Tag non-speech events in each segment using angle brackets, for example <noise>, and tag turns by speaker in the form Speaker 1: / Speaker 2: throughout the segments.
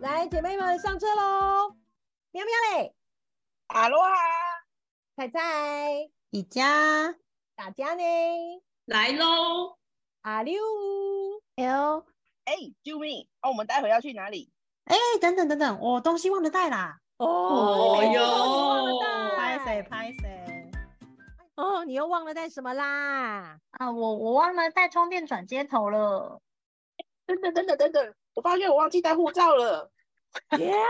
Speaker 1: 来，姐妹们上车喽！喵喵嘞，
Speaker 2: 阿罗哈，
Speaker 1: 菜菜，
Speaker 3: 迪迦
Speaker 1: 大家呢？
Speaker 4: 来喽！
Speaker 1: 阿六，
Speaker 3: L，
Speaker 2: 哎，救命！哦，我们待会要去哪里？
Speaker 3: 哎，等等等等，我东西忘了带啦！
Speaker 4: 哦
Speaker 1: 你又
Speaker 4: 哟
Speaker 1: 忘了带
Speaker 3: 拍谁拍谁
Speaker 1: 哦，你又忘了带什么啦？
Speaker 5: 啊，我我忘了带充电转接头了。
Speaker 2: 等等等等等等，我发现我忘记带护照了。
Speaker 1: 天哪，让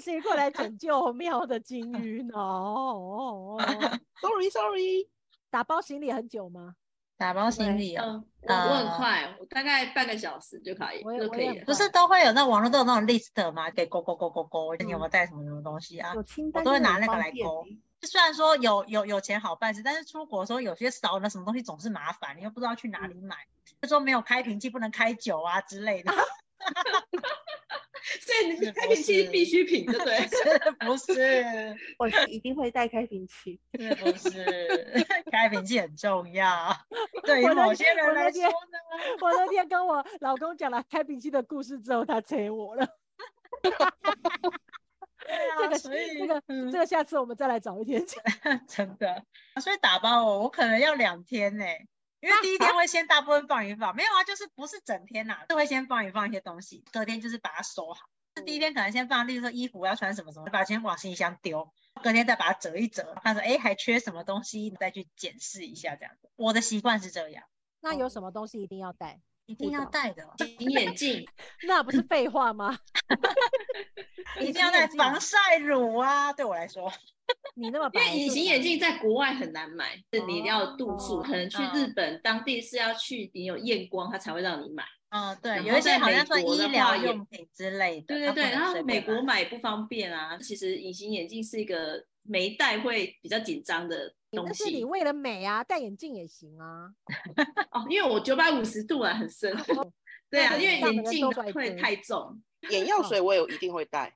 Speaker 1: 谁过来拯救妙的金鱼 <laughs> 呢？哦，
Speaker 2: Sorry Sorry，
Speaker 1: 打包行李很久吗？
Speaker 5: 打包行李啊，
Speaker 4: 嗯，我我很
Speaker 5: 呃
Speaker 4: 快，我大概半个小时就可以
Speaker 1: 我也
Speaker 4: 就
Speaker 1: 我
Speaker 4: 可
Speaker 1: 也
Speaker 4: 以
Speaker 1: 很
Speaker 4: 了
Speaker 1: 快。
Speaker 5: 不是都会有那网络都有那种 list 吗？给勾勾勾勾勾，你有没
Speaker 3: 嗯
Speaker 5: 有带什么什么东西啊？
Speaker 1: 有清
Speaker 5: 我
Speaker 1: 单，
Speaker 5: 都会拿那个来勾。
Speaker 3: 欸
Speaker 5: 虽然说有有有钱好办事，但是出国的时候有些少了什么东西总是麻烦，你又不知道去哪里买，
Speaker 3: 嗯
Speaker 5: 就说没有开瓶器不能开酒啊之类的，
Speaker 4: 所以你
Speaker 5: 是
Speaker 4: 开
Speaker 5: 不
Speaker 4: 瓶器
Speaker 5: 是
Speaker 4: 必需品，对不 <laughs> 对？
Speaker 5: 是 <laughs> 不是？
Speaker 6: 我是一定会带开瓶器。
Speaker 5: 是不是？ <laughs> 开瓶器很重要，对于
Speaker 1: 我那
Speaker 5: 某些
Speaker 1: 天我
Speaker 5: 人
Speaker 1: 那
Speaker 5: 来说
Speaker 1: 天
Speaker 6: <laughs>
Speaker 5: 呢？
Speaker 1: 我那天跟我老公讲了开瓶器的故事之后，他催我了。
Speaker 5: 对啊
Speaker 1: 这个
Speaker 5: 所以
Speaker 1: 这个
Speaker 5: 嗯
Speaker 1: 这个下次我们再来找一 <laughs> 天讲。
Speaker 5: <laughs> 真的，所以打包哦我，我可能要两天呢、因
Speaker 6: 啊
Speaker 5: 为第一天会先大部分放一放，没有啊，就是不是整天啦、就会先放一放一些东西，隔天就是把它收好。这
Speaker 6: 嗯
Speaker 5: 第一天可能先放，例如说衣服要穿什么什么，把钱往行李箱丢，隔天再把它折一折，看说哎还缺什么东西，再去检视一下这样子。我的习惯是这样，
Speaker 1: 那有什么东西一定要带？
Speaker 5: 一定要带的哦，
Speaker 4: 隐眼 <laughs> 镜，
Speaker 1: 那不是废话吗？
Speaker 5: 一定要带防晒乳啊，对我来说。
Speaker 1: 你那么
Speaker 4: 因
Speaker 1: 白
Speaker 4: 为隐形眼镜在国外很难买，是你一定要度数，
Speaker 1: 哦
Speaker 4: 可能去日本当地是要去你有验光，它才会让你买。
Speaker 5: 嗯，对，
Speaker 4: 然
Speaker 5: 有
Speaker 4: 后
Speaker 5: 一些
Speaker 4: 在
Speaker 5: 好
Speaker 4: 美
Speaker 5: 像说
Speaker 4: 国
Speaker 5: 医
Speaker 4: 的
Speaker 5: 疗
Speaker 4: 话也
Speaker 5: 用品之类的，
Speaker 4: 对对
Speaker 5: 它不
Speaker 4: 对，
Speaker 5: 能
Speaker 4: 然后
Speaker 5: 随
Speaker 4: 美
Speaker 5: 便
Speaker 4: 国
Speaker 5: 买
Speaker 4: 买也不方便啊。其实隐形眼镜是一个没戴会比较紧张的东
Speaker 1: 但是你
Speaker 4: 西
Speaker 1: 为了美啊，戴眼镜也行啊。
Speaker 4: 哦，因为我九百五十度啊，很深。 <laughs> 对啊，
Speaker 1: 那
Speaker 4: 因为
Speaker 1: 让
Speaker 4: 眼
Speaker 1: 人
Speaker 4: 镜
Speaker 1: 都怪
Speaker 4: 会
Speaker 1: 罪
Speaker 4: 太重。
Speaker 2: <laughs> 眼药水我也一定会带，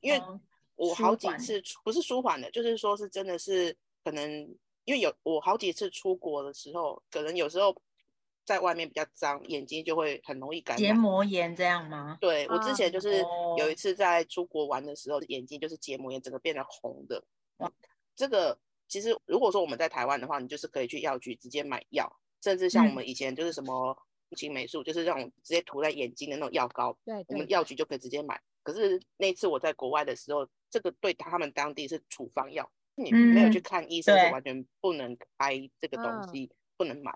Speaker 2: 因为
Speaker 5: 哦
Speaker 2: 我
Speaker 5: 舒
Speaker 2: 好几
Speaker 5: 缓
Speaker 2: 次出不是舒缓的，就是说是真的是可能因为有我好几次出国的时候，可能有时候在外面比较脏，眼睛就会很容易感
Speaker 5: 结
Speaker 2: 染。
Speaker 5: 膜炎这样吗？
Speaker 2: 对我之前
Speaker 1: 啊
Speaker 2: 就是有一
Speaker 5: 哦
Speaker 2: 次在出国玩的时候，眼睛就是结膜炎，整个变得红的。这个其实如果说我们在台湾的话，你就是可以去药局直接买药，甚至像我
Speaker 5: 嗯
Speaker 2: 们以前就是什么青霉素，就是让我直接涂在眼睛的那种药膏，
Speaker 1: 对
Speaker 2: 我
Speaker 1: 对
Speaker 5: 嗯
Speaker 2: 们，药局就可以直接买。可是那次我在国外的时候，这个对他们当地是处方药，你没有去
Speaker 5: 嗯
Speaker 2: 看医生是
Speaker 5: 对
Speaker 2: 完全不能开这个
Speaker 1: 嗯
Speaker 2: 东西，不能买。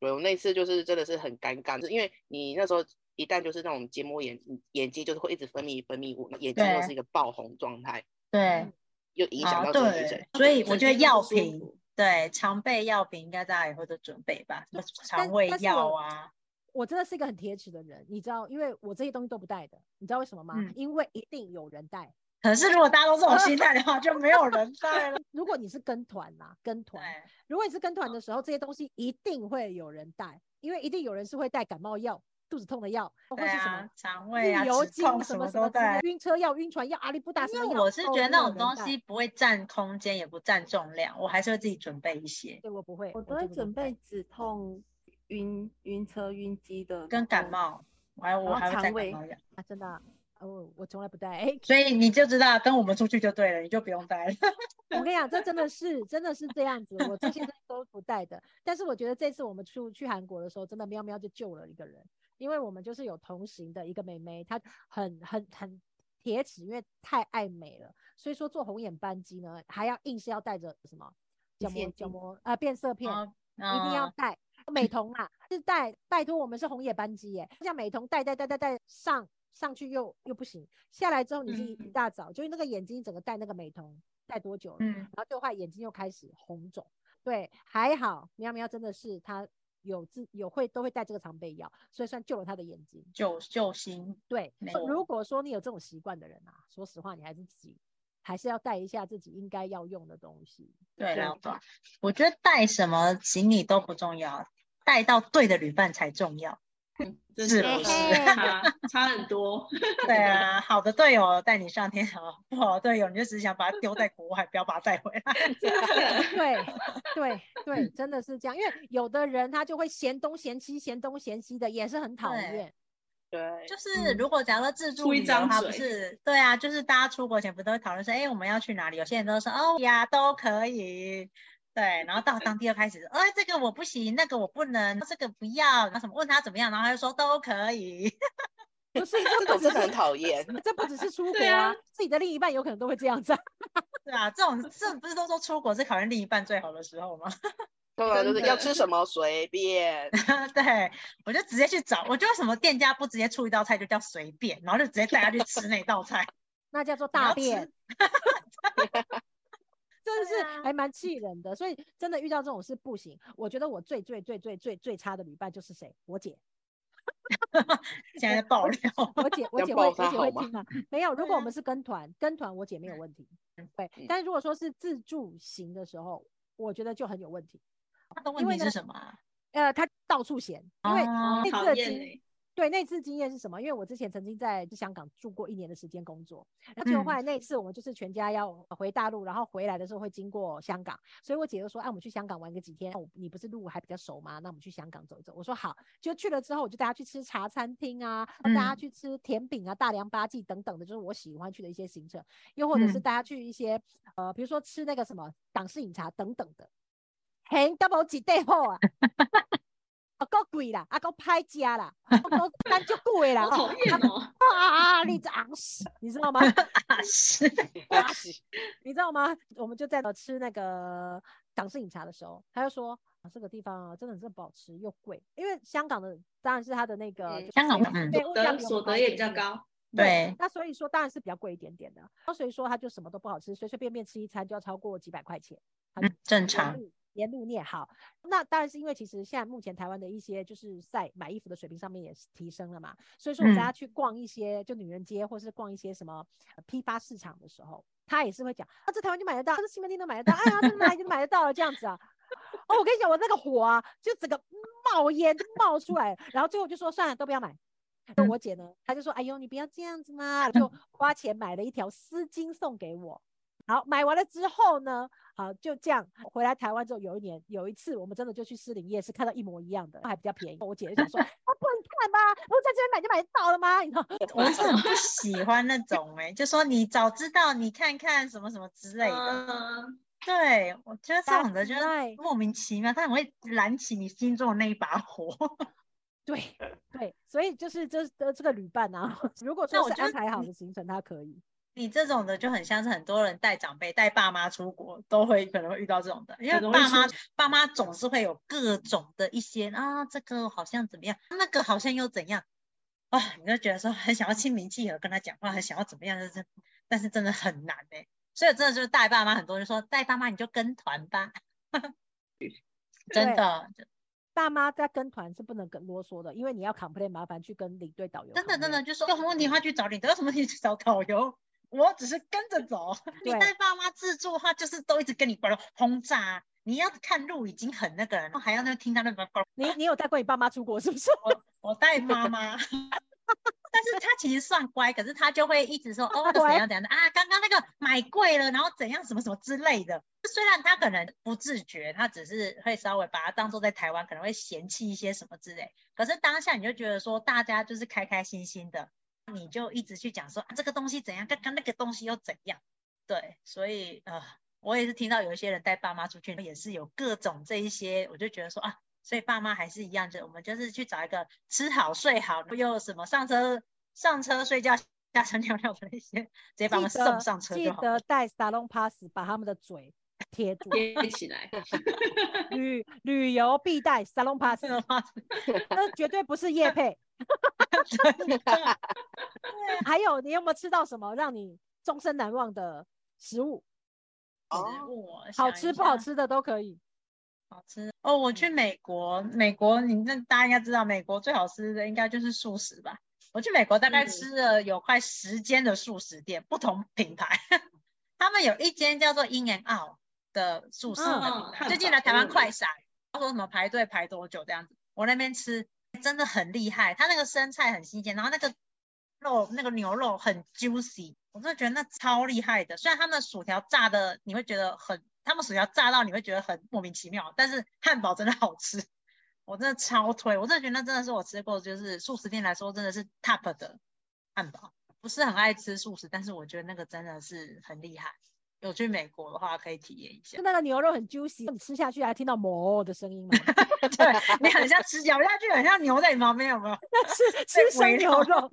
Speaker 2: 对我那次就是真的是很尴尬，就是因为你那时候一旦就是那种结膜炎，你眼睛就是会一直分泌分泌物，眼睛又
Speaker 5: 对
Speaker 2: 是一个爆红状态，
Speaker 5: 对，
Speaker 2: 又影响
Speaker 5: 啊
Speaker 2: 到整体
Speaker 5: 对
Speaker 2: 整。，
Speaker 5: 所以我觉得
Speaker 4: 整体都不
Speaker 5: 药
Speaker 4: 舒
Speaker 5: 品
Speaker 4: 服，
Speaker 5: 对常备药品应该大家以后都准备吧，什么
Speaker 1: 但
Speaker 5: 肠胃
Speaker 1: 但是
Speaker 5: 药
Speaker 1: 我
Speaker 5: 啊，
Speaker 1: 我真的是一个很铁齿的人，你知道，因为我这些东西都不带的，你知道为什么吗？
Speaker 5: 嗯
Speaker 1: 因为一定有人带。
Speaker 5: 可是如果大家都这种心态的话，就没有人带了。
Speaker 1: 如果你是跟团啦，跟团，
Speaker 5: <laughs> 对，嗯
Speaker 1: 如果你是跟团的时候，这些东西一定会有人带，因为一定有人是会带感冒药、肚子痛的药，或
Speaker 5: 对
Speaker 1: 是什
Speaker 5: 啊
Speaker 1: 么，
Speaker 5: 肠
Speaker 1: 绿
Speaker 5: 胃啊、
Speaker 1: 油
Speaker 5: 止
Speaker 1: 精、
Speaker 5: 痛
Speaker 1: 什
Speaker 5: 么
Speaker 1: 什
Speaker 5: 都
Speaker 1: 么之类
Speaker 5: 带。
Speaker 1: 晕车药、晕船药、阿里不达什
Speaker 5: 因
Speaker 1: 么
Speaker 5: 为
Speaker 1: 药。
Speaker 5: 我是
Speaker 1: 都
Speaker 5: 觉得那
Speaker 1: 有人
Speaker 5: 种东
Speaker 1: 带
Speaker 5: 西，不会占空间，也不占重量，我还是会自己准备一些，
Speaker 1: 对我不会，
Speaker 6: 我都
Speaker 1: 真
Speaker 6: 会
Speaker 1: 的不
Speaker 6: 准
Speaker 1: 带
Speaker 6: 备止痛、晕晕车、晕机的，
Speaker 5: 跟
Speaker 6: 然
Speaker 5: 感
Speaker 6: 后。
Speaker 5: 冒，我还我
Speaker 6: 然后
Speaker 5: 还会带
Speaker 6: 肠
Speaker 5: 感
Speaker 6: 胃
Speaker 5: 冒药。
Speaker 1: 啊，真的啊、哦，我从来不带。哎，
Speaker 5: 所以你就知道跟我们出去就对了，你就不用
Speaker 6: <laughs>
Speaker 5: 带了。 <laughs>
Speaker 1: 我跟你讲，这真的是真的是这样子，我这些都不带的。但是我觉得这次我们出去韩国的时候，真的喵喵就救了一个人，因为我们就是有同行的一个妹妹，她很很很铁齿，因为太爱美了，所以说做红眼扳机呢，还要硬是要带着什么角膜
Speaker 6: 眼
Speaker 1: 角
Speaker 6: 镜
Speaker 1: 膜啊、变色片，
Speaker 5: 哦
Speaker 1: 一定要
Speaker 5: 嗯
Speaker 1: 带美瞳啊，是带，拜托我们是红野班机耶，像美瞳带带带带带上上去又又不行，下来之后你是一一大早，就是那个眼睛整个戴那个美瞳戴多久了，
Speaker 5: 嗯。
Speaker 1: 然后就坏眼睛又开始红肿，对，还好喵喵真的是他有自有会都会带这个常备药，所以算救了他的眼睛。
Speaker 5: 救救星，
Speaker 1: 对
Speaker 5: 没，
Speaker 1: 所以如
Speaker 5: 错
Speaker 1: 果说你有这种习惯的人啊，说实话你还是自己还是要带一下自己应该要用的东西。
Speaker 5: 对
Speaker 6: 对
Speaker 5: 啦，我觉得带什么行李都不重要，带到对的旅伴才重要。
Speaker 4: 真
Speaker 5: 是 <laughs>
Speaker 4: 的
Speaker 5: 不
Speaker 1: 是
Speaker 4: 差差
Speaker 1: <laughs>
Speaker 4: 很多。
Speaker 5: 对啊，
Speaker 6: <laughs>
Speaker 5: 好的队友带你上天堂，不好的队友你就只是想把它丢在国外，不要把它带回来。
Speaker 4: <laughs>
Speaker 1: 对对对，真的是这样。因为有的人他就会嫌东嫌西，嫌东嫌西的，也是很讨
Speaker 5: 对
Speaker 1: 厌。
Speaker 2: 对，
Speaker 1: 嗯
Speaker 5: 就是如果假如说自助
Speaker 4: 出一
Speaker 5: 旅游
Speaker 4: 张
Speaker 5: 的话，不
Speaker 4: 嘴
Speaker 5: 是对啊，就是大家出国前不都会讨论说，哎、我们要去哪里？有些人都说哦呀都可以，对，然
Speaker 1: <laughs>
Speaker 5: 后到当地又开始，哎、这个我不行，那个我不能，这个不要，然后什么问他怎么样，然后他就说都可以， <laughs>
Speaker 1: 不是
Speaker 2: 这
Speaker 1: 这
Speaker 2: 种
Speaker 1: 不只
Speaker 2: 真的很
Speaker 1: 是
Speaker 2: 讨厌。
Speaker 1: 这不只是出国
Speaker 4: 对啊
Speaker 1: 啊，自己的另一半有可能都会这样子啊。
Speaker 5: 对啊，这种这不是都说出国是考验另一半最好的时候吗？ <laughs>
Speaker 2: 通常就
Speaker 4: 真
Speaker 2: 是要
Speaker 4: 的
Speaker 2: 吃什么随便，
Speaker 5: 对，我就直接去找，我觉得为什么店家不直接出一道菜就叫随便，然后就直接带他去吃那道菜， <laughs>
Speaker 1: 那叫做
Speaker 5: 你
Speaker 1: 大
Speaker 5: 要吃
Speaker 1: 便，
Speaker 5: <laughs>
Speaker 1: 真的
Speaker 5: 对
Speaker 1: 是
Speaker 5: 啊
Speaker 1: 还蛮气人的。所以真的遇到这种事不行。我觉得我最最最最最最差的旅伴就是谁？我姐，
Speaker 5: 现在在爆料。
Speaker 1: <laughs>
Speaker 5: <laughs>
Speaker 1: 我姐，我
Speaker 2: 要
Speaker 1: 姐会，
Speaker 2: 抱
Speaker 1: 我
Speaker 2: 她
Speaker 1: 姐
Speaker 2: 好
Speaker 1: 会
Speaker 2: 吗
Speaker 1: 听啊。没有，如
Speaker 5: 对
Speaker 1: 果我
Speaker 5: 啊
Speaker 1: 们是跟团，跟团我姐没有问题。对
Speaker 2: 嗯，
Speaker 1: 但如果说是自助行的时候，我觉得就很有问题。
Speaker 5: 他的问
Speaker 1: 因为
Speaker 5: 题
Speaker 1: 呢
Speaker 5: 是什么啊？
Speaker 1: 呃，她到处闲，因为
Speaker 5: 哦
Speaker 1: 那次
Speaker 4: 讨
Speaker 1: 的
Speaker 4: 厌
Speaker 1: 经
Speaker 4: 欸
Speaker 1: 对，那次经验是什么？因为我之前曾经在就香港住过一年的时间工作，然后结果后
Speaker 5: 嗯
Speaker 1: 来那一次我们就是全家要回大陆，然后回来的时候会经过香港，所以我姐就说：“哎、我们去香港玩个几天，我你不是路还比较熟吗？那我们去香港走一走。”我说好，就去了之后我就带她去吃茶餐厅啊，带她
Speaker 5: 嗯
Speaker 1: 去吃甜饼啊、大凉八记等等的，就是我喜欢去的一些行程，又或者是
Speaker 5: 嗯
Speaker 1: 带她去一些、呃，比如说吃那个什么港式饮茶等等的。很 double 几对好啊，啊够贵啦，啊够歹食啦，啊够咱就贵啦，
Speaker 4: 好讨厌哦，
Speaker 1: 哦啊啊！你这昂死，你知道吗？哦
Speaker 5: 啊 <laughs> 是，
Speaker 1: 你知道吗？我们就在那吃那个港式饮茶的时候，他就说、啊、这个地方啊，真的是不好吃又贵，因为香港的当然是它的那个、
Speaker 2: 嗯
Speaker 1: 就是
Speaker 5: 香港
Speaker 1: 物
Speaker 5: 嗯
Speaker 1: 对物价
Speaker 4: 得
Speaker 1: 比我们
Speaker 4: 所
Speaker 1: 高
Speaker 4: 得
Speaker 1: 一
Speaker 4: 也
Speaker 1: 点
Speaker 4: 比较
Speaker 1: 点。
Speaker 4: 高，
Speaker 5: 对
Speaker 1: 那所以说当然是比较贵一点点的，然后所以说他就什么都不好吃，随随便便吃一餐就要超过几百块钱。
Speaker 5: 嗯，正
Speaker 1: 沿
Speaker 5: 常。
Speaker 1: 路沿路念好。那当然是因为其实现在目前台湾的一些就是在买衣服的水平上面也是提升了嘛，所以说我大家去逛一些就女人街或是逛一些什么呃批发市场的时候，他也是会讲啊，这台湾就买得到，这西门町都买得到，哎呀，这哪里就买得到了这样子啊。哦，我跟你讲，我那个火啊，就整个冒烟就冒出来了，然后最后就说算了，都不要买。那我姐呢，她就说：“哎呦，你不要这样子嘛！”就花钱买了一条丝巾送给我。好，买完了之后呢，好就这样回来台湾之后，有一年有一次，我们真的就去士林夜市看到一模一样的，还比较便宜。我姐就想说：“啊，不能看吗？我在这边买就买得到了吗？”你知道，
Speaker 5: 我是很不喜欢那种哎、就说你早知道你看看什么什么之类的。
Speaker 4: 嗯，
Speaker 5: 对，我觉得这
Speaker 1: 大
Speaker 5: 种的
Speaker 1: 自
Speaker 5: 就是
Speaker 1: 爱
Speaker 5: 莫名其妙，他很会燃起你心中的那一把火。
Speaker 1: <laughs> 对对，所以就是这这这个旅伴啊， <laughs> 如果
Speaker 5: 那
Speaker 1: 说
Speaker 5: 我
Speaker 1: 是
Speaker 5: 觉得
Speaker 1: 安排好
Speaker 5: 你
Speaker 1: 的行程，他可以。
Speaker 5: 你这种的就很像是很多人带长辈、带爸妈出国都会可能会遇到这种的，因为
Speaker 4: 很容易
Speaker 5: 爸妈
Speaker 4: 出。
Speaker 5: 爸妈总是会有各种的一些啊，这个好像怎么样，那个好像又怎样，啊，你就觉得说很想要亲民契合跟他讲话，很想要怎么样，就是但是真的很难哎、所以真的就是带爸妈，很多人说带爸妈你就跟团吧， <laughs> 真
Speaker 1: 对
Speaker 5: 的
Speaker 1: 爸妈在跟团是不能跟啰嗦的，因为你要 complain，麻烦去跟领队导游。
Speaker 5: 真的真的，就说有什么问题的话去找领队，有什么问题去找导游。我只是跟着走，你
Speaker 1: 对
Speaker 5: 带爸妈自助的话，就是都一直跟你呱轰炸啊、你要看路已经很那个了，然后还要那听到那个呱。
Speaker 1: 你你有带过你爸妈出国是不是？
Speaker 5: 我带妈妈，但是他其实算乖，可是他就会一直说哦，那个
Speaker 1: 乖
Speaker 5: 怎样怎样的啊，刚刚那个买贵了，然后怎样什么什么之类的。虽然他可能不自觉，他只是会稍微把它当做在台湾可能会嫌弃一些什么之类，可是当下你就觉得说大家就是开开心心的，你就一直去讲说、啊、这个东西怎样，刚刚那个东西又怎样，对，所以呃，我也是听到有一些人带爸妈出去，也是有各种这一些，我就觉得说啊，所以爸妈还是一样，就我们就是去找一个吃好睡好，又什么上车上车睡觉，下车尿尿的那些，直接把我们
Speaker 1: 记
Speaker 5: 送
Speaker 1: 得
Speaker 5: 上车
Speaker 1: 记
Speaker 5: 就好了
Speaker 1: 得。带 salon pass 把他们的嘴贴住
Speaker 4: 贴起来，
Speaker 1: 旅旅游必带 salon
Speaker 5: <laughs>
Speaker 1: pass，
Speaker 5: 真的吗？
Speaker 1: 那绝对不是夜配。
Speaker 5: <laughs> 真的
Speaker 1: <laughs> 还有，你有没有吃到什么让你终身难忘的食物？
Speaker 2: 哦，
Speaker 5: 我
Speaker 1: 好
Speaker 5: 想一
Speaker 1: 吃不好
Speaker 5: 下？
Speaker 1: 吃的都可以。
Speaker 5: 好吃哦！我去美国，美国你那大家应该知道，美国最好吃的应该就是素食吧。我去美国大概
Speaker 4: 嗯
Speaker 5: 吃了有快十间的素食店，不同品牌。他们有一间叫做 In and Out 的素食的品
Speaker 4: 嗯
Speaker 5: 牌，
Speaker 4: 汉
Speaker 5: 最近
Speaker 4: 堡
Speaker 5: 来台
Speaker 4: 我
Speaker 5: 湾
Speaker 4: 有
Speaker 5: 快闪，他说什么排队排多久这样子，我那边吃真的很厉害，他那个生菜很新鲜，然后那个肉那个牛肉很 juicy，我真的觉得那超厉害的。虽然他们的薯条炸的你会觉得很，他们薯条炸到你会觉得很莫名其妙，但是汉堡真的好吃。我真的超推，我真的觉得那真的是我吃过就是素食店来说真的是 top 的汉堡。不是很爱吃素食，但是我觉得那个真的是很厉害。有去美国的话可以体验一下 <laughs>
Speaker 1: 就。那个牛肉很 juicy，你吃下去还听到哞的声音嘛？
Speaker 5: 对你很像吃咬下去，很像牛在你旁边，有没有？
Speaker 1: 那是吃生
Speaker 5: 围
Speaker 1: 牛
Speaker 5: 绕 <laughs>
Speaker 1: 肉，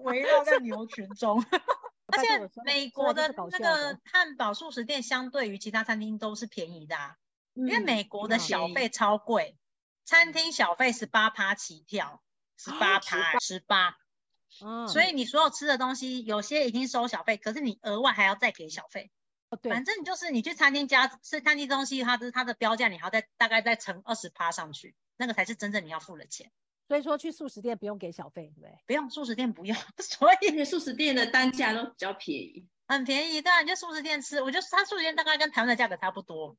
Speaker 5: 围绕在牛群中。而
Speaker 1: 拜托我
Speaker 5: 且
Speaker 1: 说
Speaker 5: 美
Speaker 1: 出来
Speaker 5: 国
Speaker 1: 都
Speaker 5: 的
Speaker 1: 是搞
Speaker 5: 那
Speaker 1: 笑的
Speaker 5: 个汉堡素食店相对于其他餐厅都是便宜的、啊，
Speaker 4: 因
Speaker 5: 因为美国的
Speaker 4: 嗯
Speaker 5: 小
Speaker 4: 便宜
Speaker 5: 费超贵，餐厅小费十八趴起跳，十八趴，十八。
Speaker 1: 嗯，
Speaker 5: 所以你所有吃的东西，有些已经收小费，可是你额外还要再给小费。
Speaker 1: 哦对
Speaker 5: 反正就是你去餐厅加吃餐厅东西，它的它的标价你还要再大概再乘二十趴上去，那个才是真正你要付的钱。
Speaker 1: 所以说去素食店不用给小费，对不对？
Speaker 5: 不用素食店不用， <laughs> 所以
Speaker 1: 嗯
Speaker 4: 而且素食店的单价都比较便宜，
Speaker 5: 很便宜，对啊，你就素食店吃，我觉得它素食店大概跟台湾的价格差不多，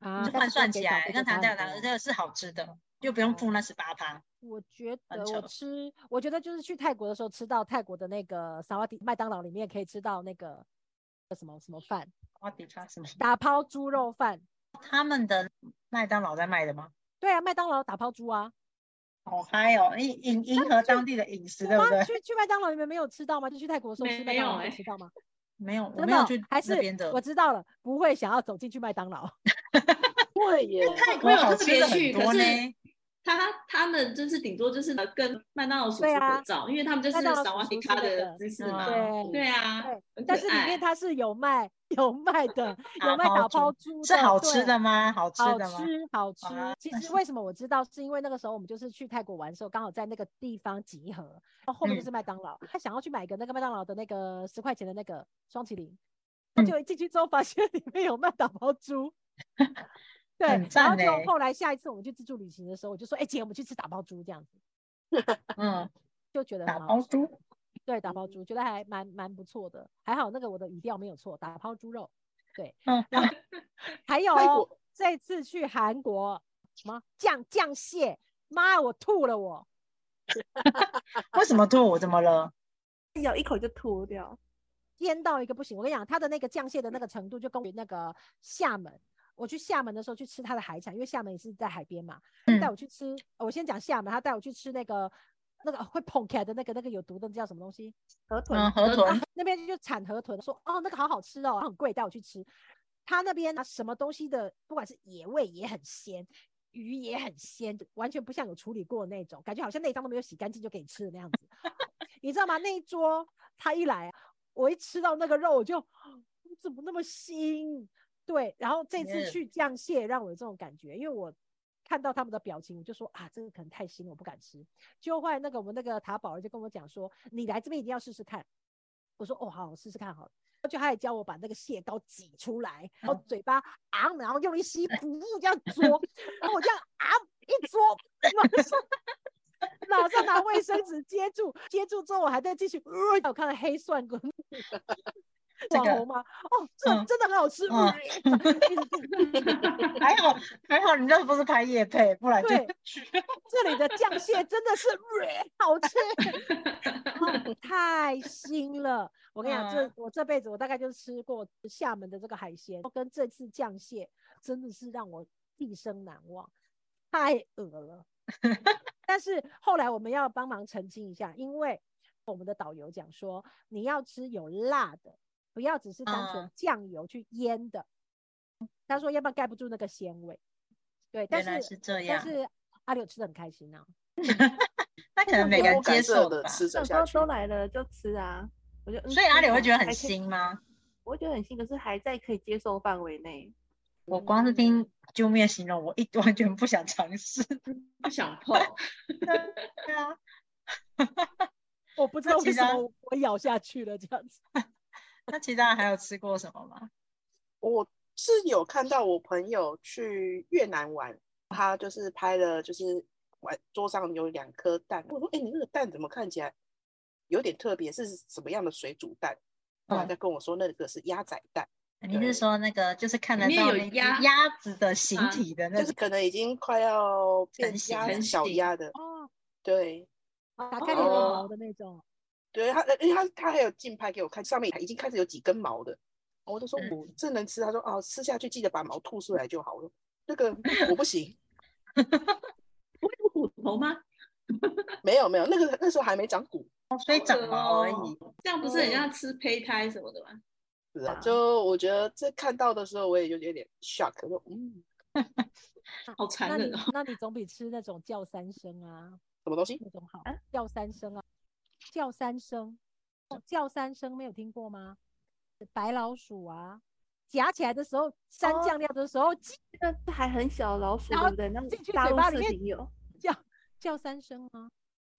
Speaker 1: 啊
Speaker 5: 你就换算起来跟台湾价格差不多，这个是好吃的，又不用付那十八趴。
Speaker 1: 我觉
Speaker 5: 很
Speaker 1: 得我
Speaker 5: 扯
Speaker 1: 吃，我觉得就是去泰国的时候吃到泰国的那个萨瓦迪麦当劳里面可以吃到那个什么什么饭，
Speaker 5: 哇，底差什么？
Speaker 1: 打抛猪肉饭。
Speaker 5: 他们的麦当劳在卖的吗？
Speaker 1: 对啊，麦当劳打抛猪啊，
Speaker 5: 好嗨哦，迎迎迎合当地的饮食，对
Speaker 1: 有
Speaker 5: 不
Speaker 1: 吗
Speaker 5: 对？
Speaker 1: 去去麦当劳你们没有吃到吗？就去泰国的时候吃麦
Speaker 4: 没
Speaker 1: 当劳
Speaker 4: 有
Speaker 1: 没有
Speaker 4: 欸
Speaker 1: 吃到吗？
Speaker 5: 没有，我
Speaker 1: 真
Speaker 5: 没
Speaker 1: 的
Speaker 5: 有
Speaker 1: 哦
Speaker 5: 去
Speaker 1: 还
Speaker 5: 那
Speaker 1: 是
Speaker 5: 边的
Speaker 1: 我。知道了，不会想要走进去麦当劳。 <laughs>
Speaker 2: 对耶，
Speaker 5: 泰
Speaker 4: 没
Speaker 5: 国
Speaker 4: 有
Speaker 5: 哎好吃
Speaker 4: 特别
Speaker 5: 的很
Speaker 4: 去，
Speaker 5: 多
Speaker 4: 可
Speaker 5: 呢，
Speaker 4: 是他他们就是顶多就是呃跟麦当劳叔叔
Speaker 1: 对啊
Speaker 4: 合照，因为他们就是
Speaker 1: 麦当劳
Speaker 4: 萨瓦
Speaker 1: 叔
Speaker 4: 迪
Speaker 1: 叔
Speaker 4: 卡
Speaker 1: 是那
Speaker 4: 的
Speaker 1: 个
Speaker 4: 姿势
Speaker 5: 嗯
Speaker 4: 嘛，
Speaker 1: 对
Speaker 4: 对啊，
Speaker 1: 对，
Speaker 4: 很
Speaker 1: 但
Speaker 4: 可
Speaker 1: 是里
Speaker 4: 爱
Speaker 1: 面它是有卖 <laughs> 有卖的，有
Speaker 5: 打
Speaker 1: 卖打
Speaker 5: 抛
Speaker 1: 抛
Speaker 5: 哎猪
Speaker 1: 猪
Speaker 5: 是
Speaker 1: 的
Speaker 5: 好吃
Speaker 1: 对
Speaker 5: 的吗？好吃
Speaker 1: 好
Speaker 5: 的吗？
Speaker 1: 吃，好吃
Speaker 5: 啊。
Speaker 1: 其
Speaker 5: 那
Speaker 1: 实
Speaker 5: 是
Speaker 1: 为什么我知道，是因为那个时候我们就是去泰国玩的时候，刚好在那个地方集合，然后后面就
Speaker 5: 嗯
Speaker 1: 是麦当劳。他想要去买一个那个麦当劳的那个十块钱的那个双麒麟，他
Speaker 5: 嗯
Speaker 1: 就一进去之后发现里面有麦当劳
Speaker 5: <laughs>
Speaker 1: 猪。对
Speaker 5: 很，
Speaker 1: 然后
Speaker 5: 赞
Speaker 1: 就
Speaker 5: 欸
Speaker 1: 后来下一次我们去自助旅行的时候，我就说：“哎、姐，我们去吃打包猪这样子。
Speaker 5: 嗯，”
Speaker 1: 就觉得
Speaker 5: 打
Speaker 1: 很好
Speaker 5: 包
Speaker 1: 吃
Speaker 5: 猪，
Speaker 1: 对打包猪，觉得还蛮蛮不错的。还好那个我的语调没有错，打抛猪肉。
Speaker 5: 嗯，
Speaker 1: 还有
Speaker 2: 泰
Speaker 1: 哦
Speaker 2: 国
Speaker 1: 这次去韩国什么酱酱蟹，妈，我吐了我。
Speaker 5: 为什么吐？我怎么了？
Speaker 6: 咬哎一口就吐掉。
Speaker 1: 颠到一个不行。我跟你讲，它的那个酱蟹的那个程度，就跟我那个厦门，我去厦门的时候去吃它的海产，因为厦门也是在海边嘛，他带
Speaker 5: 嗯
Speaker 1: 我去吃。呃我先讲厦门，他带我去吃那个那个会捧开的那个那个有毒的叫什么东西，
Speaker 6: 河豚、
Speaker 5: 嗯，河豚，
Speaker 1: <laughs> 那边就产河豚，说哦那个好好吃哦，很贵，带我去吃。他那边啊什么东西的，不管是野味也很鲜。鱼也很鲜，完全不像有处理过的那种，感觉好像内脏都没有洗干净就给你吃的那样子，你知道吗？那一桌他一来啊，我一吃到那个肉，我就怎么那么腥？对，然后这次
Speaker 5: Yeah.
Speaker 1: 去酱蟹让我有这种感觉，因为我看到他们的表情，我就说啊，这个可能太腥了，我不敢吃。就后来那个我们那个塔宝儿就跟我讲说，你来这边一定要试试看。我说哦好，我试试看好了。就他还教我把那个蟹膏挤出来，然后嘴巴昂，然后用力吸，噗这样啄，然后我这样啊一啄，马上马上拿卫生纸接住，接住之后我还在继续，呃、我看到黑蒜跟
Speaker 5: 这
Speaker 1: 网
Speaker 5: 个
Speaker 1: 红嘛，哦，这
Speaker 5: 嗯
Speaker 1: 真的很好吃，
Speaker 5: 嗯
Speaker 1: 嗯一直吐
Speaker 5: 还好还好，你这不是拍夜配，不然就
Speaker 1: 对，这里的酱蟹真的是 <laughs> 好吃， <laughs> 哦太腥了。我跟你讲，这
Speaker 5: 嗯
Speaker 1: 我这辈子我大概就吃过厦门的这个海鲜，跟这次酱蟹真的是让我毕生难忘，太恶
Speaker 5: <laughs>
Speaker 1: 了。但是后来我们要帮忙澄清一下，因为我们的导游讲说，你要吃有辣的，不要只是单纯
Speaker 5: 嗯
Speaker 1: 酱油去腌的。他说，要不然盖不住那个鲜味。对，但
Speaker 5: 原来是这
Speaker 1: 但
Speaker 5: 样。
Speaker 1: 是阿柳吃的很开心啊，
Speaker 5: 那可能每个
Speaker 2: 面
Speaker 5: 人
Speaker 2: 无
Speaker 5: 接
Speaker 2: 感
Speaker 5: 受
Speaker 2: 受
Speaker 5: 的
Speaker 2: 的
Speaker 5: 吧。
Speaker 2: 吃着
Speaker 6: 想
Speaker 2: 下
Speaker 6: 说
Speaker 2: 去
Speaker 6: 都，来了就吃啊，我就、嗯、
Speaker 5: 所以阿
Speaker 6: 里
Speaker 5: 里会觉得很腥吗？
Speaker 6: 我会觉得很腥，可是还在可以接受范围内。
Speaker 5: 我光是听啾面形容，我一 <laughs> 完全不想尝试。
Speaker 4: <laughs>
Speaker 5: <laughs>
Speaker 4: 不想碰。
Speaker 5: 对啊，
Speaker 1: 我不知
Speaker 5: 那
Speaker 1: 道
Speaker 5: 其
Speaker 1: 为什
Speaker 5: 他
Speaker 1: 么我我咬下去了这样子。
Speaker 5: 那其他人还有吃过什么吗？
Speaker 2: 我是有看到我朋友去越南玩，他就是拍了，就是玩桌上有两颗蛋，我说，哎、你那个蛋怎么看起来有点特别，是什么样的水煮蛋？后来
Speaker 5: 嗯
Speaker 2: 他跟我说那个是鸭仔蛋，
Speaker 5: 你是
Speaker 2: 对
Speaker 5: 说那个就是看得
Speaker 4: 里面
Speaker 5: 到
Speaker 4: 有
Speaker 5: 那只
Speaker 4: 鸭
Speaker 5: 鸭子的形
Speaker 4: 啊
Speaker 5: 体的那
Speaker 2: 就是
Speaker 5: 种？
Speaker 2: 可能已经快要变
Speaker 5: 成型
Speaker 2: 鸭
Speaker 4: 成
Speaker 2: 小
Speaker 4: 型
Speaker 2: 鸭的，
Speaker 1: 哦，
Speaker 2: 对。
Speaker 1: 打开脸有毛的那种，
Speaker 2: 对他，因为他他还有竞拍给我看，上面已经开始有几根毛的，我就说
Speaker 5: 嗯
Speaker 2: 我这能吃，他说哦，吃下去记得把毛吐出来就好了，那个我不行，
Speaker 4: 不会有骨头吗？
Speaker 2: 没有没有，那个那时候还没长骨
Speaker 5: 所以长毛而已。
Speaker 4: 这样不
Speaker 1: 嗯
Speaker 4: 是很像吃胚胎什么的吗？
Speaker 2: 子啊，就我觉得这看到的时候，我也就有点 shock，我说嗯，
Speaker 4: 好
Speaker 1: 那
Speaker 4: 残
Speaker 1: 你
Speaker 4: 忍哦！
Speaker 1: 那你总比吃那种叫三声啊
Speaker 2: 什么东西？
Speaker 1: 那种好，叫三声啊，叫三声，哦叫三声没有听过吗？白老鼠啊，夹起来的时候沾
Speaker 6: 哦
Speaker 1: 酱料的时候， <laughs> 叽
Speaker 6: 那还很小的老鼠，
Speaker 1: 然
Speaker 6: 对
Speaker 1: 后
Speaker 6: 不对？那
Speaker 1: 进去
Speaker 6: 大
Speaker 1: 嘴
Speaker 6: 陆
Speaker 1: 巴里
Speaker 6: 视
Speaker 1: 面
Speaker 6: 频有。
Speaker 1: 叫叫三声啊，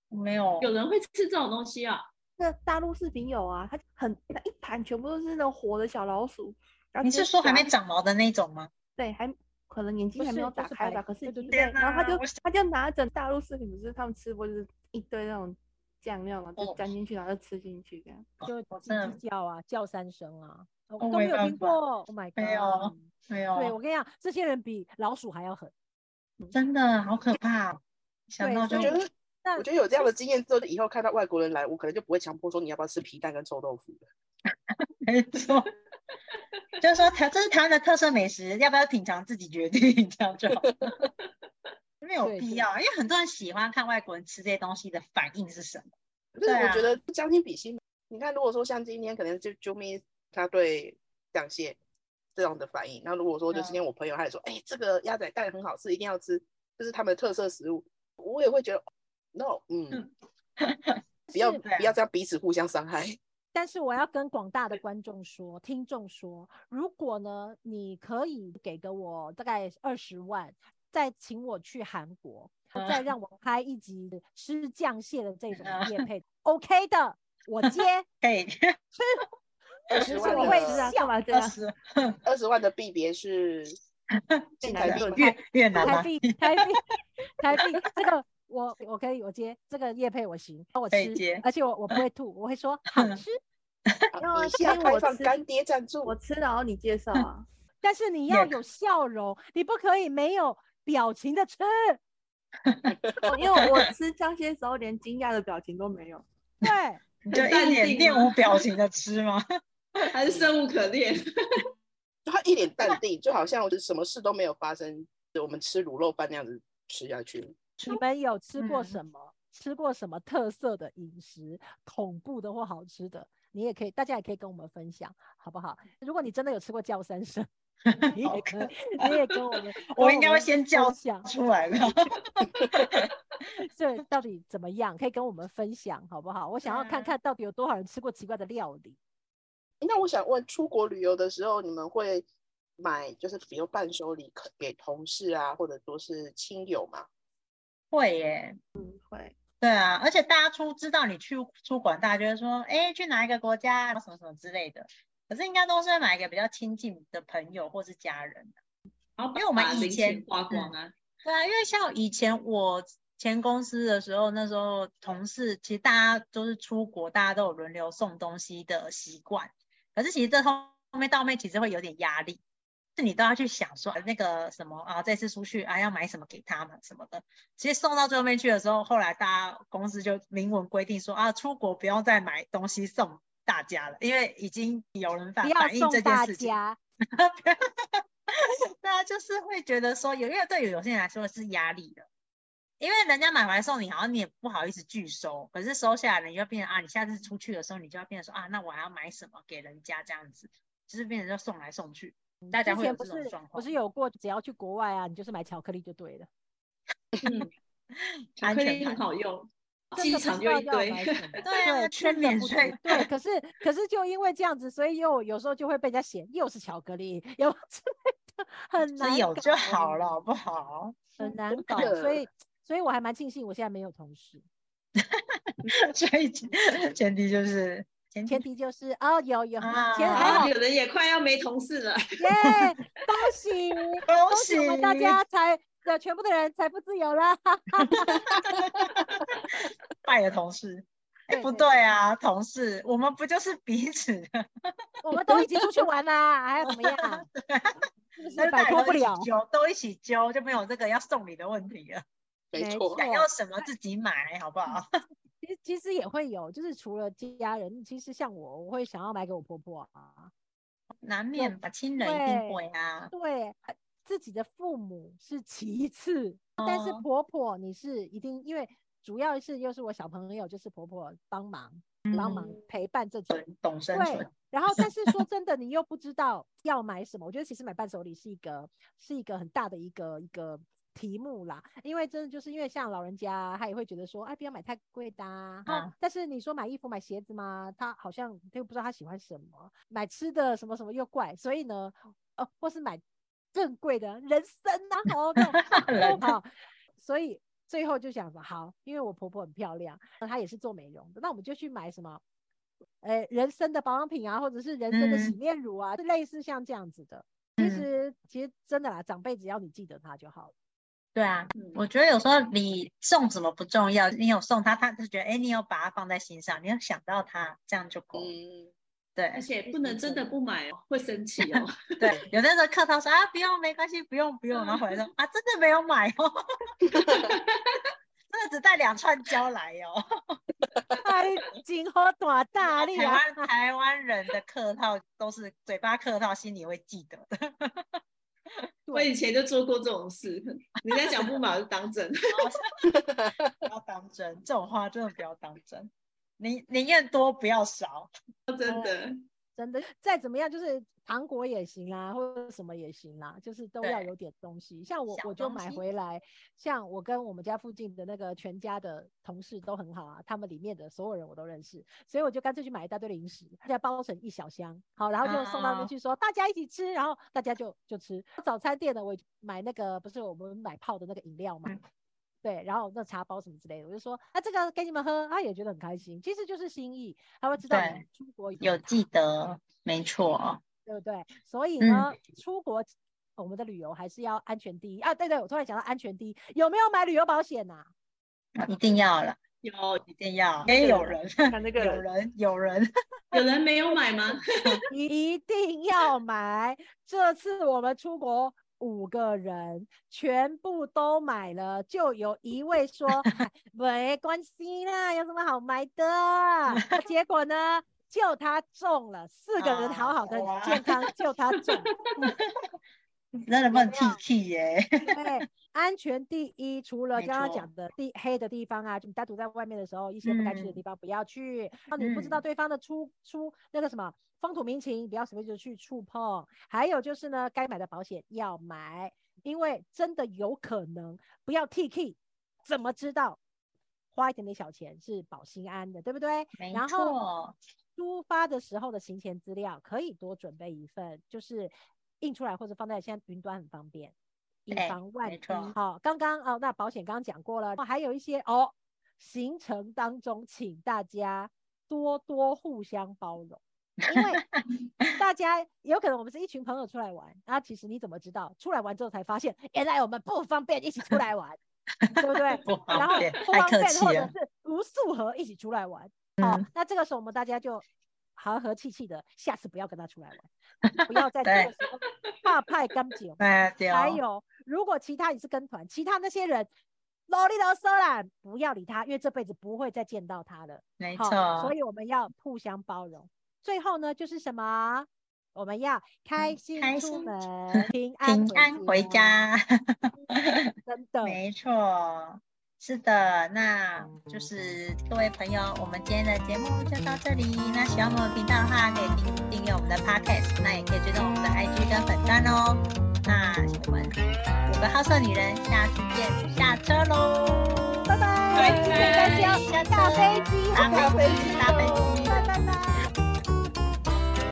Speaker 5: 没有，
Speaker 4: 有人会吃这种东西
Speaker 1: <laughs>
Speaker 4: 啊？
Speaker 6: 那大陆视频有啊，它很那一盘全部都是那种活的小老鼠。然后
Speaker 5: 你
Speaker 6: 直接
Speaker 5: 是说还
Speaker 6: 夹
Speaker 5: 没长毛的那种吗？
Speaker 6: 对，还可能眼睛
Speaker 1: 不
Speaker 6: 还没
Speaker 1: 是
Speaker 6: 有
Speaker 1: 就
Speaker 6: 打
Speaker 1: 是
Speaker 6: 开
Speaker 1: 白
Speaker 6: 吧，可是
Speaker 1: 对对
Speaker 6: 一
Speaker 1: 对啊
Speaker 6: 堆然后他
Speaker 5: 哪
Speaker 6: 就
Speaker 5: 我想
Speaker 6: 他就拿着大陆视频，不是他们吃播就是一堆那种酱料嘛，就
Speaker 5: 哦
Speaker 6: 沾进去，然后就吃进去这样。
Speaker 1: 就
Speaker 5: 我
Speaker 1: 叽
Speaker 5: 真的
Speaker 1: 叽叫啊，叫三声啊，我
Speaker 5: 哦
Speaker 1: 都
Speaker 5: 没
Speaker 1: 没有
Speaker 5: 办
Speaker 1: 听
Speaker 5: 法
Speaker 1: 过，Oh my
Speaker 5: 没有哦
Speaker 1: god！
Speaker 5: 没
Speaker 1: 对
Speaker 5: 有，
Speaker 1: 我跟你讲，这些人比老鼠还要狠。
Speaker 5: 真的好可怕哦，想
Speaker 1: 对
Speaker 5: 到
Speaker 1: 所
Speaker 5: 就
Speaker 2: 我
Speaker 1: 以
Speaker 2: 觉得
Speaker 1: 那
Speaker 2: 我觉得有这样的经验之后，以后看到外国人来，我可能就不会强迫说你要不要吃皮蛋跟臭豆腐了。
Speaker 5: 没错， <laughs> 就是说台这是台湾的特色美食，要不要品尝自己决定，这样就好了。没有
Speaker 1: 对
Speaker 5: 必
Speaker 1: 对
Speaker 5: 要，因为很多人喜欢看外国人吃这些东西的反应是什么。
Speaker 2: 可是
Speaker 5: 对
Speaker 2: 我
Speaker 5: 啊
Speaker 2: 觉得将心比心，你看，如果说像今天可能就啾咪他对酱蟹这样的反应，那如果说就今
Speaker 5: 嗯
Speaker 2: 天我朋友他也说，哎、这个鸭仔蛋很好吃，一定要吃，这是他们的特色食物，我也会觉得 no，嗯，不要
Speaker 1: 是
Speaker 2: 不要这样彼此互相伤害。
Speaker 1: 但是我要跟广大的观众说、听众说，如果呢，你可以给个我大概二十万，再请我去韩国，再让我拍一集吃酱蟹的这种
Speaker 5: 啊
Speaker 1: 夜配，OK 的，我接。
Speaker 5: <laughs> 可以，
Speaker 2: 二十
Speaker 1: 我
Speaker 2: 万
Speaker 1: 会
Speaker 6: 是
Speaker 2: 的
Speaker 6: 啊，干嘛这
Speaker 5: 二
Speaker 6: 样？
Speaker 5: 十
Speaker 2: 二十万的币别
Speaker 6: <laughs>
Speaker 2: 是新
Speaker 6: 南
Speaker 2: 台
Speaker 6: 币
Speaker 2: 币
Speaker 6: <laughs>
Speaker 2: 吗
Speaker 5: 越越南啊
Speaker 1: 台
Speaker 5: 吗？
Speaker 1: 币，台币，台币，这个我我可以，我接这个夜配，我行，我
Speaker 5: 可以
Speaker 1: 吃
Speaker 5: 接，
Speaker 1: 而且我我不会吐，我会说好吃。
Speaker 6: 要
Speaker 2: 啊
Speaker 6: 啊
Speaker 2: 以下
Speaker 6: 请
Speaker 2: 开
Speaker 6: 我
Speaker 2: 放
Speaker 6: 吃
Speaker 2: 干爹赞助
Speaker 6: 我。吃，然后你介
Speaker 1: <laughs>
Speaker 6: 绍啊。
Speaker 1: 但是你
Speaker 5: 也
Speaker 1: 要
Speaker 5: 可
Speaker 1: 有笑容，你不可以没有表情的吃。
Speaker 6: 我哦因为我吃酱蟹的时候连惊讶的表情都没有，
Speaker 1: 对，
Speaker 5: 你就
Speaker 4: 淡
Speaker 5: 一脸
Speaker 4: 定
Speaker 5: 面
Speaker 4: 吗
Speaker 5: 无表情的吃吗？ <laughs>
Speaker 4: 还是生无可恋？
Speaker 2: 就他一脸淡定，就好像我就什么事都没有发生，就我们吃卤肉饭那样子吃下去。
Speaker 1: 你们有吃过
Speaker 5: 嗯
Speaker 1: 什么？吃过什么特色的饮食，恐怖的或好吃的，你也可以，大家也可以跟我们分享，好不好？如果你真的有吃过叫三声， <laughs> 你也可以，你也跟我们，
Speaker 5: 我
Speaker 1: 跟
Speaker 5: 应该会
Speaker 1: 们
Speaker 5: 先叫
Speaker 1: 分享，
Speaker 5: 出来了，
Speaker 1: 这到底怎么样？可以跟我们分享，好不好？我想要看
Speaker 5: 啊
Speaker 1: 看到底有多少人吃过奇怪的料理。
Speaker 2: 那我想问，出国旅游的时候，你们会买就是比如伴手礼可给同事啊，或者说是亲友
Speaker 6: <laughs>
Speaker 2: 嘛？
Speaker 5: 会耶。
Speaker 6: 会
Speaker 5: 对啊，而且大家出知道你去出国，大家就会说，哎，去哪一个国家，什么什么之类的。可是应该都是会买一个比较亲近的朋友或是家人。
Speaker 4: 然后
Speaker 5: 因为我们
Speaker 4: 把
Speaker 5: 以
Speaker 4: 零
Speaker 5: 前
Speaker 4: 钱花光
Speaker 1: 嗯
Speaker 4: 啊，
Speaker 5: 对啊，因为像以前我前公司的时候，那时候同事其实大家都是出国，大家都有轮流送东西的习惯。可是其实这后面到后面其实会有点压力，是你都要去想说啊那个什么啊，这次出去啊要买什么给他们什么的。其实送到最后面去的时候，后来大家公司就明文规定说啊，出国不要再买东西送大家了，因为已经有人
Speaker 1: 不
Speaker 5: 反
Speaker 1: 要
Speaker 5: 反映
Speaker 1: 送
Speaker 5: 这件
Speaker 1: 大
Speaker 5: 事情。
Speaker 1: 家，
Speaker 5: 对啊，就是会觉得说，有因为对于有些人来说是压力的，因为人家买回来送你，好像你也不好意思拒收，可是收下来了，你就变成啊，你下次出去的时候，你就要变成说啊，那我还要买什么给人家这样子，就是变成就送来送去，大家
Speaker 1: 之
Speaker 5: 会有
Speaker 1: 前
Speaker 5: 这
Speaker 1: 不
Speaker 5: 种
Speaker 1: 是
Speaker 5: 状
Speaker 1: 不
Speaker 5: 况，
Speaker 1: 是有过，只要去国外啊，你就是买巧克力就对了。
Speaker 4: 嗯，巧
Speaker 5: 安
Speaker 4: 克
Speaker 5: 全
Speaker 4: 力很
Speaker 5: 盘
Speaker 4: 好用，
Speaker 1: 真
Speaker 4: 机
Speaker 1: 的不
Speaker 4: 场
Speaker 1: 知
Speaker 4: 就
Speaker 1: 道
Speaker 4: 一
Speaker 1: 要
Speaker 4: 堆
Speaker 1: 买。
Speaker 4: <laughs>
Speaker 1: 什么
Speaker 5: 对啊
Speaker 1: 对，
Speaker 5: 去
Speaker 1: 真的
Speaker 5: 免
Speaker 1: 不知
Speaker 5: 税
Speaker 1: 对，可是可是就因为这样子，所以又有时候就会被人家嫌又是巧克力， <laughs> 又之类的，很
Speaker 5: 是
Speaker 1: 难
Speaker 5: 有就
Speaker 1: 搞
Speaker 5: 好了，好不好？ <laughs>
Speaker 1: 很难
Speaker 2: 真
Speaker 1: 搞。所
Speaker 2: 的
Speaker 1: 以所以我还蛮庆幸我现在没有同事，
Speaker 5: 所以前前提就是前
Speaker 1: 前
Speaker 5: 提
Speaker 1: 提就是哦有有，前
Speaker 5: 嗯啊
Speaker 1: 还好
Speaker 4: <laughs> 啊，有人也快要没同事
Speaker 1: <laughs>
Speaker 4: 了，
Speaker 1: 耶，恭喜
Speaker 5: 恭
Speaker 1: 恭喜我们大
Speaker 5: 喜
Speaker 1: 家财的全部的人财富自由了， <laughs>
Speaker 5: 拜的同事。哎，
Speaker 1: 对
Speaker 5: 不
Speaker 1: 对
Speaker 5: 对
Speaker 1: 对
Speaker 5: 啊，同事，我们不就是彼此的
Speaker 1: 我们都一起出去玩啦，还要怎么样？是不
Speaker 5: 但
Speaker 1: 是
Speaker 5: 是
Speaker 1: 摆
Speaker 5: 大家
Speaker 1: 脱
Speaker 5: 都
Speaker 1: 不
Speaker 5: 一起
Speaker 1: 了？
Speaker 5: 揪，都一起揪，就没有这个要送礼的问题了。
Speaker 2: 没
Speaker 1: 没
Speaker 2: 错
Speaker 1: 错，
Speaker 5: 想要什么自己买，好不好？
Speaker 1: 其实其实也会有，就是除了家人，其实像我，我会想要买给我婆婆啊。 <laughs>
Speaker 5: 难免吧，亲人一定会啊。
Speaker 1: 对，呃自己的父母是其次，但是
Speaker 5: 哦
Speaker 1: 婆婆你是一定，因为主要是又是我小朋友，就是婆婆帮忙帮忙陪伴这种。
Speaker 5: 懂生
Speaker 1: 对
Speaker 5: 存，，
Speaker 1: 然后但是说真的，你又不知道要买什么。我觉得其实买伴手礼是一个是一个很大的一个一个题目啦，因为真的就是因为像老人家，他也会觉得说，哎，不要买太贵的、啊。然后
Speaker 5: 啊
Speaker 1: 但是你说买衣服、买鞋子嘛，他好像他又不知道他喜欢什么，买吃的什么什么又怪，所以呢，哦，或是买更贵的人参啊，哦，那种
Speaker 5: <laughs> 人
Speaker 1: 好，所以最后就想说好，因为我婆婆很漂亮，她也是做美容的，那我们就去买什么，呃，人参的保养品啊，或者是人参的洗
Speaker 5: 嗯
Speaker 1: 面乳啊，就类似像这样子的。其
Speaker 5: 嗯
Speaker 1: 实，其实真的啦，长辈只要你记得他就好了。 <laughs>
Speaker 5: 对啊，
Speaker 4: 嗯
Speaker 5: 我觉得有时候你送什么不重要，你有送他，他就觉得哎，诶你有把他放在心上，你有想到他，这样就够了。
Speaker 2: 嗯，
Speaker 5: 对
Speaker 1: <laughs>
Speaker 4: 而且不能真的不买哦，会生气哦。
Speaker 5: 对，有的时候客套说啊，不用，没关系，不用不用，然后回来说啊，真的没有买哦， <laughs>
Speaker 1: <laughs>
Speaker 5: 真的只带两串胶来哦。
Speaker 1: 哎，金喝大大力
Speaker 5: 台
Speaker 1: 啊！
Speaker 5: 湾台湾人的客套都是嘴巴客套，心里会记得的。 <laughs>
Speaker 4: 我以前就做过这种事， <laughs> 人家讲不买我就
Speaker 1: <laughs>
Speaker 4: 当真。
Speaker 5: 不要当真，这种话真的不要当真，宁宁愿多不要少。
Speaker 4: <laughs> 真的，
Speaker 1: 真的，再怎么样就是糖果也行啦，或者什么也行啦，就是都要
Speaker 5: 对
Speaker 1: 有点东西。像我
Speaker 5: 小
Speaker 1: 我就
Speaker 5: 东
Speaker 1: 买
Speaker 5: 西
Speaker 1: 回来，像我跟我们家附近的那个全家的同事都很好啊，他们里面的所有人我都认识，所以我就干脆去买一大堆零食，大家包成一小箱，好，然后就送到那
Speaker 5: 哦
Speaker 1: 边去说大家一起吃，然后大家就就吃。早餐店的我买那个不是我们买泡的那个饮料
Speaker 5: 嗯
Speaker 1: 嘛，对，然后那茶包什么之类的，我就说啊这个给你们喝，他、啊、也觉得很开心，其实就是心意，他会知道你
Speaker 5: 对
Speaker 1: 出国以后
Speaker 5: 有记得，没错，
Speaker 1: 对不对？所以
Speaker 5: 嗯
Speaker 1: 呢，出国我们的旅游还是要安全第一啊！对对，我突然想到安全第一，有没有买旅游保险呐、
Speaker 5: 一定要了，
Speaker 4: 有
Speaker 5: 一定要。也有人，
Speaker 2: 看那个
Speaker 5: 有
Speaker 2: 人，
Speaker 5: 人，有人。
Speaker 4: 有人没有买吗？
Speaker 1: 一定要买！这次我们出国。五个人全部都买了，就有一位说哎没关系啦，有什么好买的？那结果呢，就他中了，四个人好好的
Speaker 5: 啊哇
Speaker 1: 健康，就他中了。
Speaker 5: 真的不能 T
Speaker 1: 有
Speaker 5: T 耶，
Speaker 1: <laughs> 对，哎安全第一。除了
Speaker 5: 没
Speaker 1: 刚刚
Speaker 5: 错
Speaker 1: 讲的地黑的地方啊，就你单独在外面的时候，一些不该去的
Speaker 5: 嗯
Speaker 1: 地方不要去。那、你不知道
Speaker 5: 嗯
Speaker 1: 对方的出出那个什么风土民情，不要随便就去触碰。还有就是呢，该买的保险要买，因为真的有可能不要 T K，怎么知道？花一点点小钱是保心安的，对不对？
Speaker 5: 没
Speaker 1: 然后
Speaker 5: 错，
Speaker 1: 出发的时候的行前资料可以多准备一份，就是印出来或者放在现在云端很方便，以
Speaker 5: 对
Speaker 1: 防万
Speaker 5: 没
Speaker 1: 一。
Speaker 5: 错
Speaker 1: 好，刚刚哦，那保险刚刚讲过了，还有一些哦，行程当中请大家多多互相包
Speaker 5: <laughs>
Speaker 1: 容。因为大家有可能我们是一群朋友出来玩，那、其实你怎么知道？出来玩之后才发现，原来我们不方便一起出来玩，
Speaker 5: <laughs>
Speaker 1: 对不对？
Speaker 5: 不
Speaker 1: 然
Speaker 5: 方
Speaker 1: 后
Speaker 5: 便，
Speaker 1: 不
Speaker 5: 太
Speaker 1: 方
Speaker 5: 客
Speaker 1: 便，
Speaker 5: 气
Speaker 1: 或者
Speaker 5: 了。嗯
Speaker 1: 是不适合一起出来玩。好、那这个时候我们大家就和和气气的，下次不要跟他出来玩，不要在这
Speaker 5: 对
Speaker 1: 个时候怕派干净。
Speaker 5: 哎，对
Speaker 1: 还
Speaker 5: 哦
Speaker 1: 有，如果其他你是跟团，其他那些人啰里啰嗦啦，不要理他，因为这辈子不会再见到他了。
Speaker 5: 没
Speaker 1: 好，
Speaker 5: 错
Speaker 1: 所，以我们要互相包容。最后呢，就是什么？我们要开心
Speaker 5: 嗯开
Speaker 1: 出
Speaker 5: 心
Speaker 1: 门，平安
Speaker 5: 平安回家，
Speaker 1: 真的，
Speaker 5: 没错。是的，那就是各位朋友，我们今天的节目就到这里。那喜欢我们频道的话，可以订订阅我们的 podcast，那也可以追踪我们的 IG 跟粉砖哦。那我们五个好色女人，下次见，下车喽！
Speaker 1: 拜拜，记得大家要
Speaker 5: 下
Speaker 1: 搭
Speaker 5: 车
Speaker 1: 飞机，
Speaker 5: 搭飞机，搭飞机。